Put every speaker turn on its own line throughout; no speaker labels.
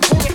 Thank you.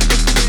Thank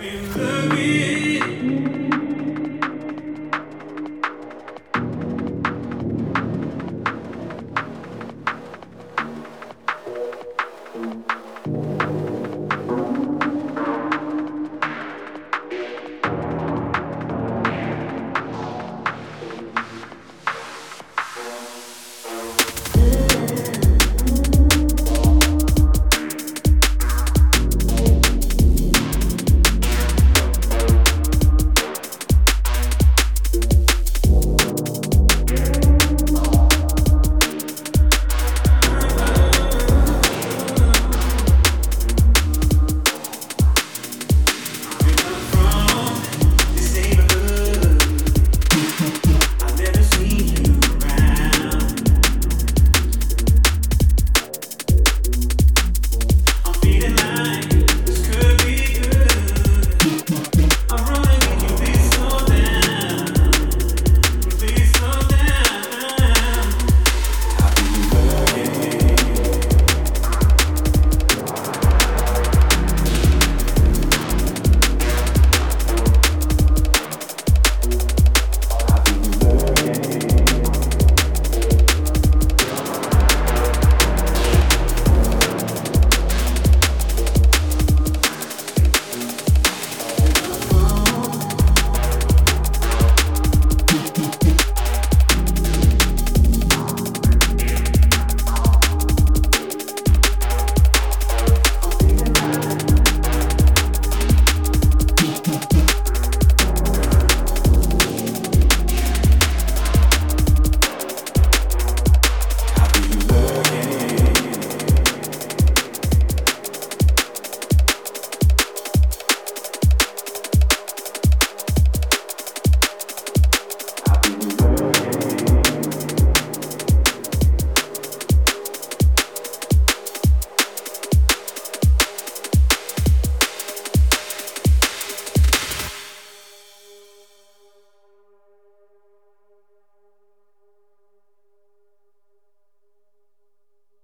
in the